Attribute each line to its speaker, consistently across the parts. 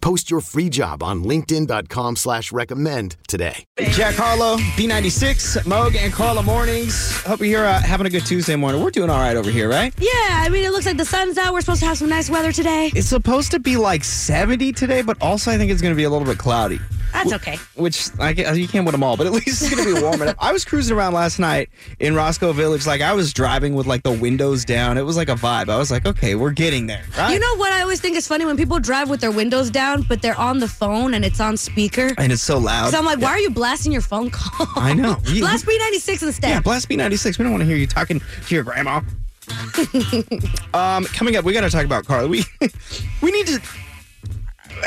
Speaker 1: Post your free job on LinkedIn.com slash recommend today.
Speaker 2: Jack Harlow, B96, Moog, and Carla Mornings. Hope you're uh, having a good Tuesday morning. We're doing all right over here, right?
Speaker 3: Yeah, I mean, it looks like the sun's out. We're supposed to have some nice weather today.
Speaker 2: It's supposed to be like 70 today, but also I think it's going to be a little bit cloudy.
Speaker 3: That's okay.
Speaker 2: Which I guess, you can't win them all, but at least it's gonna be warm enough. I was cruising around last night in Roscoe Village, like I was driving with like the windows down. It was like a vibe. I was like, okay, we're getting there. Right?
Speaker 3: You know what I always think is funny when people drive with their windows down, but they're on the phone and it's on speaker.
Speaker 2: and it's so loud.
Speaker 3: So I'm like, why are you blasting your phone call?
Speaker 2: I know. You-
Speaker 3: Blast B96 instead.
Speaker 2: Yeah, blast B96. We don't want to hear you talking to your grandma. um, coming up, we got to talk about Carla. We we need to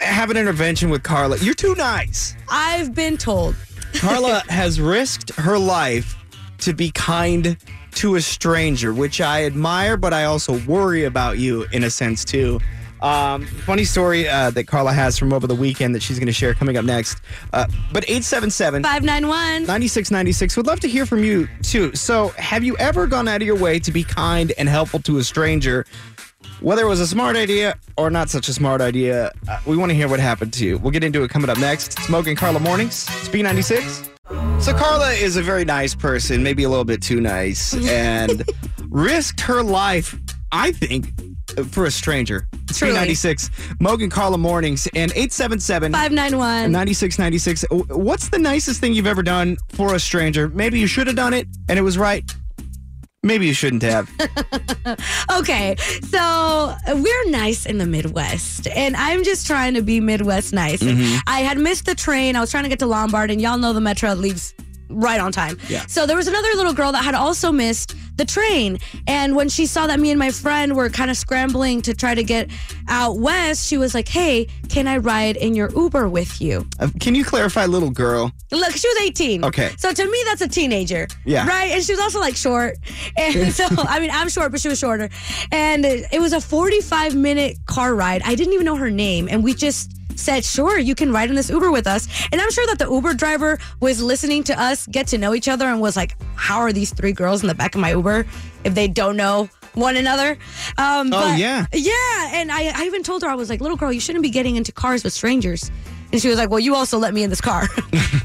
Speaker 2: have an intervention with Carla. You're too nice.
Speaker 3: I've been told.
Speaker 2: Carla has risked her life to be kind to a stranger, which I admire, but I also worry about you in a sense too. Um, funny story uh, that Carla has from over the weekend that she's going to share coming up next. Uh, but 877
Speaker 3: 591.
Speaker 2: 9696 would love to hear from you too so have you ever gone out of your way to be kind and helpful to a stranger whether it was a smart idea or not such a smart idea uh, we want to hear what happened to you we'll get into it coming up next it's Mogan carla mornings it's b96 so carla is a very nice person maybe a little bit too nice and risked her life i think for a stranger it's
Speaker 3: Truly.
Speaker 2: b96 Mogan carla mornings and 877
Speaker 3: 591.
Speaker 2: 96 96 what's the nicest thing you've ever done for a stranger maybe you should have done it and it was right maybe you shouldn't have
Speaker 3: Okay, so we're nice in the Midwest, and I'm just trying to be Midwest nice. I had missed the train. I was trying to get to Lombard, and y'all know the Metro leaves right on time.
Speaker 2: Yeah.
Speaker 3: So there was another little girl that had also missed the train. And when she saw that me and my friend were kind of scrambling to try to get out west, she was like, Hey, can I ride in your Uber with you?
Speaker 2: Uh, can you clarify little girl
Speaker 3: Look, she was 18.
Speaker 2: Okay.
Speaker 3: So to me, that's a teenager.
Speaker 2: Yeah.
Speaker 3: Right? And she was also like short. And so, I mean, I'm short, but she was shorter. And it was a 45 minute car ride. I didn't even know her name. And we just said, sure, you can ride in this Uber with us. And I'm sure that the Uber driver was listening to us get to know each other and was like, how are these three girls in the back of my Uber if they don't know? One another. Um,
Speaker 2: Oh,
Speaker 3: but-
Speaker 2: yeah.
Speaker 3: yeah, and I, I even told her I was like, "Little girl, you shouldn't be getting into cars with strangers." And she was like, "Well, you also let me in this car,"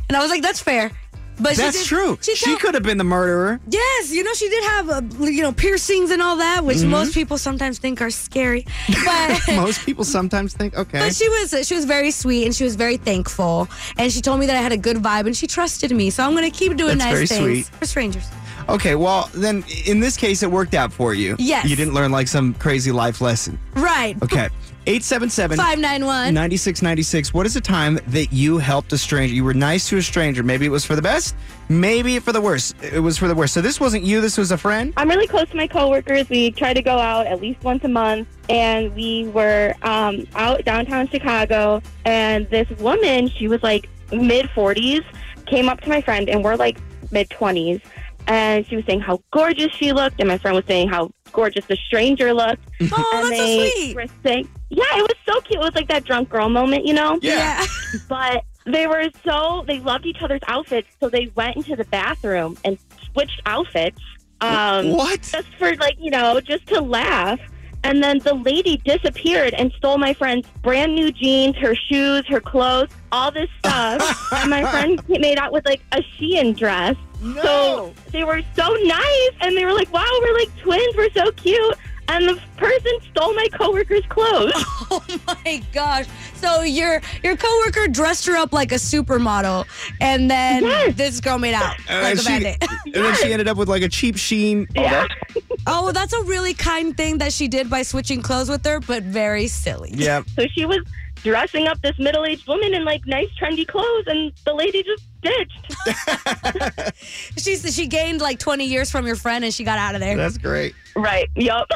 Speaker 3: and I was like, "That's fair." But she
Speaker 2: that's
Speaker 3: did-
Speaker 2: true she,
Speaker 3: She, told-
Speaker 2: could have been the murderer
Speaker 3: Yes, you know she did have uh, you know piercings and all that,
Speaker 2: Mm-hmm.
Speaker 3: which most people sometimes think are scary. But
Speaker 2: most people sometimes think okay
Speaker 3: but she was she was very sweet and she was very thankful, and she told me that I had a good vibe and she trusted me. So I'm gonna keep doing
Speaker 2: That's
Speaker 3: nice
Speaker 2: very
Speaker 3: things
Speaker 2: sweet.
Speaker 3: for strangers.
Speaker 2: okay well then in this case it worked out for you
Speaker 3: Yes.
Speaker 2: you didn't learn like some crazy life lesson
Speaker 3: Right.
Speaker 2: okay 877
Speaker 3: Five nine one.
Speaker 2: 9696 what is the time that you helped a stranger you were nice to a stranger maybe it was for the best maybe for the worst it was for the worst so this wasn't you this was a friend
Speaker 4: I'm really close to my coworkers. We try to go out at least once a month, and we were um, out downtown Chicago. And this woman, she was like mid 40s, came up to my friend, and we're like mid 20s. And she was saying how gorgeous she looked, and my friend was saying how gorgeous the stranger looked.
Speaker 3: Oh,
Speaker 4: and
Speaker 3: that's so
Speaker 4: they
Speaker 3: sweet.
Speaker 4: were saying, yeah, it was so cute. It was like that drunk girl moment, you know?
Speaker 3: Yeah.
Speaker 4: but they were so they loved each other's outfits, so they went into the bathroom and switched outfits. Um,
Speaker 2: what
Speaker 4: just for like you know just to laugh and then the lady disappeared and stole my friend's brand new jeans her shoes her clothes all this stuff and my friend made out with like a shein dress so they were so nice and they were like wow we're like twins we're so cute and the person stole my coworker's clothes.
Speaker 3: Oh my gosh! So your your coworker dressed her up like a supermodel, and then
Speaker 4: Yes.
Speaker 3: this girl made out
Speaker 2: And
Speaker 3: like a
Speaker 2: Uh, she-
Speaker 3: bandit.
Speaker 2: and then she ended up with like a cheap sheen.
Speaker 4: yeah.
Speaker 3: Oh, well, that's a really kind thing that she did by switching clothes with her, but very silly.
Speaker 2: Yeah.
Speaker 4: So she was dressing up this middle aged woman in like nice trendy clothes and the lady just ditched.
Speaker 3: She she gained like 20 years from your friend, and she got out of there.
Speaker 2: That's great.
Speaker 4: Right. Yup.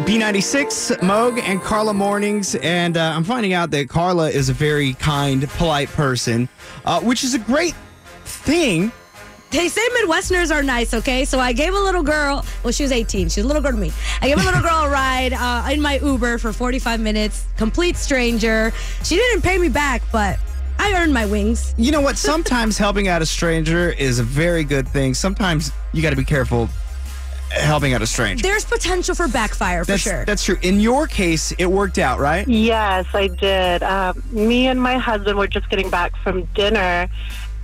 Speaker 2: B96, Moog, and Carla Mornings. And uh, I'm finding out that Carla is a very kind, polite person, uh, which is a great thing.
Speaker 3: They say Midwesterners are nice, okay? So I gave a little girl, well, she was 18. She's a little girl to me. I gave a little girl a ride uh, in my Uber for 45 minutes, complete stranger. She didn't pay me back, but I earned my wings.
Speaker 2: You know what? Sometimes helping out a stranger is a very good thing. Sometimes you got to be careful helping out a stranger.
Speaker 3: There's potential for backfire for
Speaker 2: that's,
Speaker 3: sure.
Speaker 2: that's true. In your case, it worked out, right?
Speaker 5: Yes, I did. Um, me and my husband were just getting back from dinner.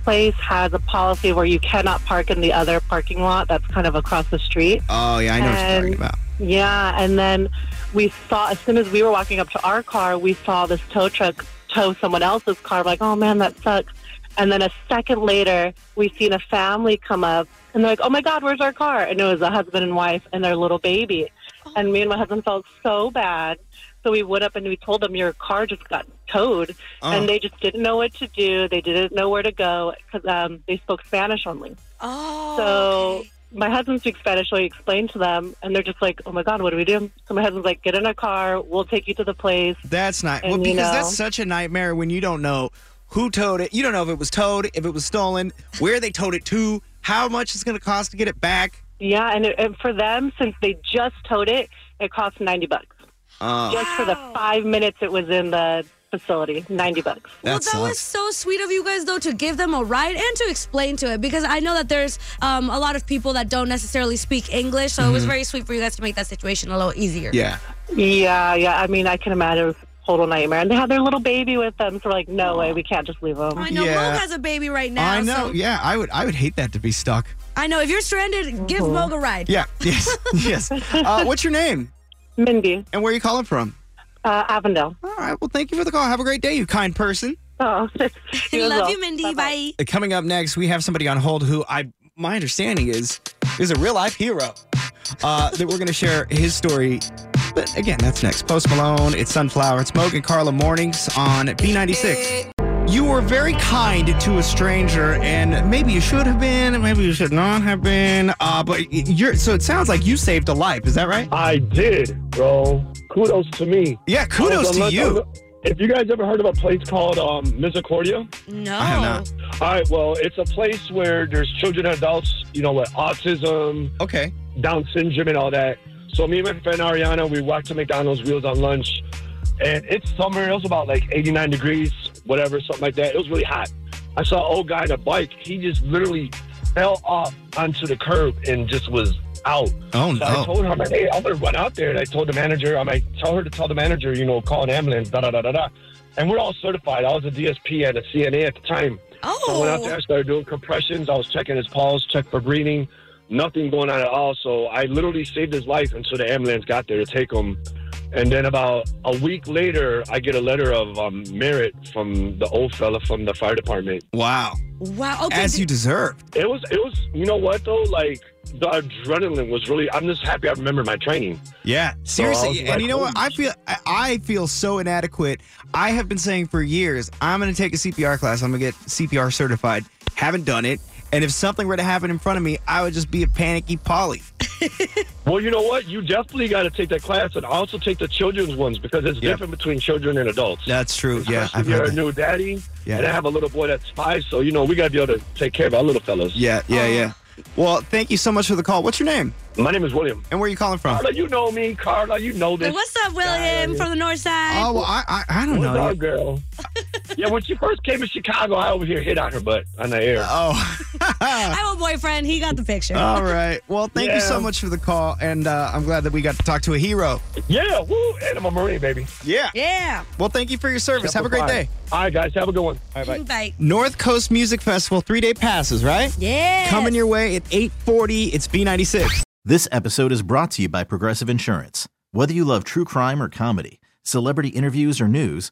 Speaker 5: Place has a policy where you cannot park in the other parking lot that's kind of across the street.
Speaker 2: Oh, yeah, I know what you're talking
Speaker 5: And-
Speaker 2: about.
Speaker 5: Yeah, and then we saw as soon as we were walking up to our car, we saw this tow truck tow someone else's car. We're like, oh man, that sucks. And then a second later, we seen a family come up, and they're like, oh my god, where's our car? And it was a husband and wife and their little baby. And me and my husband felt so bad, so we went up and we told them your car just got towed,
Speaker 2: Oh.
Speaker 5: and they just didn't know what to do. They didn't know where to go because um, they spoke Spanish only.
Speaker 3: oh.
Speaker 5: So my husband speaks Spanish, so I explained to them, and they're just like, "Oh my god, what do we do?" So my husband's like, "Get in a car. We'll take you to the place."
Speaker 2: That's not
Speaker 5: And
Speaker 2: well
Speaker 5: you
Speaker 2: because
Speaker 5: know-
Speaker 2: that's such a nightmare when you don't know who towed it. You don't know if it was towed, if it was stolen, where they towed it to, how much it's going to cost to get it back.
Speaker 5: Yeah, and, it, and for them, since they just towed it, it cost ninety bucks
Speaker 2: Oh,
Speaker 5: just for the five minutes it was in the facility. Ninety bucks.
Speaker 3: well,
Speaker 2: that
Speaker 3: that
Speaker 2: sucks.
Speaker 3: was so sweet of you guys, though, to give them a ride and to explain to it because I know that there's um, a lot of people that don't necessarily speak English. So it was very sweet for you guys to make that situation a little easier.
Speaker 2: Mm-hmm. Yeah.
Speaker 5: Yeah, yeah. I mean, I can imagine it was a total nightmare, and they had their little baby with them, so we're like, "No way, we can't just leave them."
Speaker 3: I know
Speaker 2: Yeah.
Speaker 3: Moog has a baby right now.
Speaker 2: I know.
Speaker 3: so-
Speaker 2: Yeah, I would. I would hate that to be stuck.
Speaker 3: I know. If you're stranded, give Moog a ride.
Speaker 2: Uh-huh. Yeah. Yes. yes. Uh, what's your name
Speaker 5: Mindy,
Speaker 2: and where are you calling from?
Speaker 5: uh, Avondale.
Speaker 2: All right. Well, thank you for the call. Have a great day, you kind person.
Speaker 5: Oh,
Speaker 3: We
Speaker 5: as
Speaker 3: love
Speaker 5: well.
Speaker 3: you, Mindy. Bye.
Speaker 5: Bye-bye.
Speaker 2: Uh, Coming up next, we have somebody on hold who I, my understanding is, is a real life hero. Uh, that we're going to share his story. But again, that's next. Post Malone, it's Sunflower, it's Moog and Carla Mornings on B96. You were very kind to a stranger, and maybe you should have been, maybe you should not have been. Uh, but y- you're so it sounds like you saved a life. Is that right?
Speaker 6: I did, bro. Kudos to me.
Speaker 2: Yeah, kudos
Speaker 6: I
Speaker 2: to
Speaker 6: was-
Speaker 2: you.
Speaker 6: If you guys ever heard of a place called um, Misericordia,
Speaker 3: No.
Speaker 6: Oh.
Speaker 2: I have not.
Speaker 6: all right, well, it's a place where there's children and adults, you know, with autism,
Speaker 2: Okay.
Speaker 6: Down syndrome, and all that. So me and my friend Ariana, we walked to McDonald's, we was on lunch, and it's summer. It was about like 89 degrees, whatever, something like that. It was really hot. I saw an old guy on a bike. He just literally fell off onto the curb and just was out.
Speaker 2: Oh
Speaker 6: So I
Speaker 2: no.
Speaker 6: told her, I'm like, hey, I'm gonna run out there. And I told the manager, I'm like, tell her to tell the manager, you know, call an ambulance, da da da da da. And we're all certified. I was a DSP and a CNA at the time. So I went out there, I
Speaker 3: Oh.
Speaker 6: started doing compressions. I was checking his pulse, checked for breathing, nothing going on at all. So I literally saved his life until the ambulance got there to take him. And then about a week later, I get a letter of um, merit from the old fella from the fire department.
Speaker 2: Wow.
Speaker 3: Wow. Okay.
Speaker 2: As you deserve.
Speaker 6: It was, it was, you know what though? Like the adrenaline was really. I'm just happy I remember my training.
Speaker 2: Yeah,
Speaker 6: I was
Speaker 2: seriously.
Speaker 6: like,
Speaker 2: and you know what?
Speaker 6: holy
Speaker 2: I feel I- I feel so inadequate. I have been saying for years, I'm going to take a CPR class. I'm going to get CPR certified. Haven't done it. And if something were to happen in front of me, I would just be a panicky Polly.
Speaker 6: Well, you know what? You definitely got to take that class and also take the children's ones because it's
Speaker 2: Yeah.
Speaker 6: different between children and adults.
Speaker 2: That's true. Yeah,
Speaker 6: Especially
Speaker 2: I've
Speaker 6: if you're
Speaker 2: heard
Speaker 6: a
Speaker 2: that.
Speaker 6: new daddy,
Speaker 2: Yeah.
Speaker 6: and I have a little boy that's five, so you know we got to be able to take care of our little fellas.
Speaker 2: Yeah, yeah, yeah.
Speaker 6: Um,
Speaker 2: Well, thank you so much for the call. What's your name?
Speaker 6: My name is William.
Speaker 2: And where are you calling from?
Speaker 6: Carla, you know me, Carla. You know this.
Speaker 3: What's up, William from the North Side?
Speaker 2: Oh, well, I, I, I don't
Speaker 6: What's
Speaker 2: know.
Speaker 6: up, girl? yeah, when she first came to Chicago, I over here hit on her butt on the air.
Speaker 2: Oh.
Speaker 3: I have a boyfriend. He got the picture.
Speaker 2: All right. Well, thank you so
Speaker 6: Yeah.
Speaker 2: much for the call. And uh, I'm glad that we got to talk to a hero.
Speaker 6: yeah, woo, and I'm a Marine, baby.
Speaker 2: Yeah.
Speaker 3: yeah.
Speaker 2: Well, thank you for your service. Have a great day.
Speaker 6: All right, guys, have a good one.
Speaker 3: Bye.
Speaker 2: North Coast Music Festival, three day passes, right?
Speaker 3: Yeah.
Speaker 2: Coming your way at 840. It's B96.
Speaker 7: This episode is brought to you by Progressive Insurance. Whether you love true crime or comedy, celebrity interviews or news,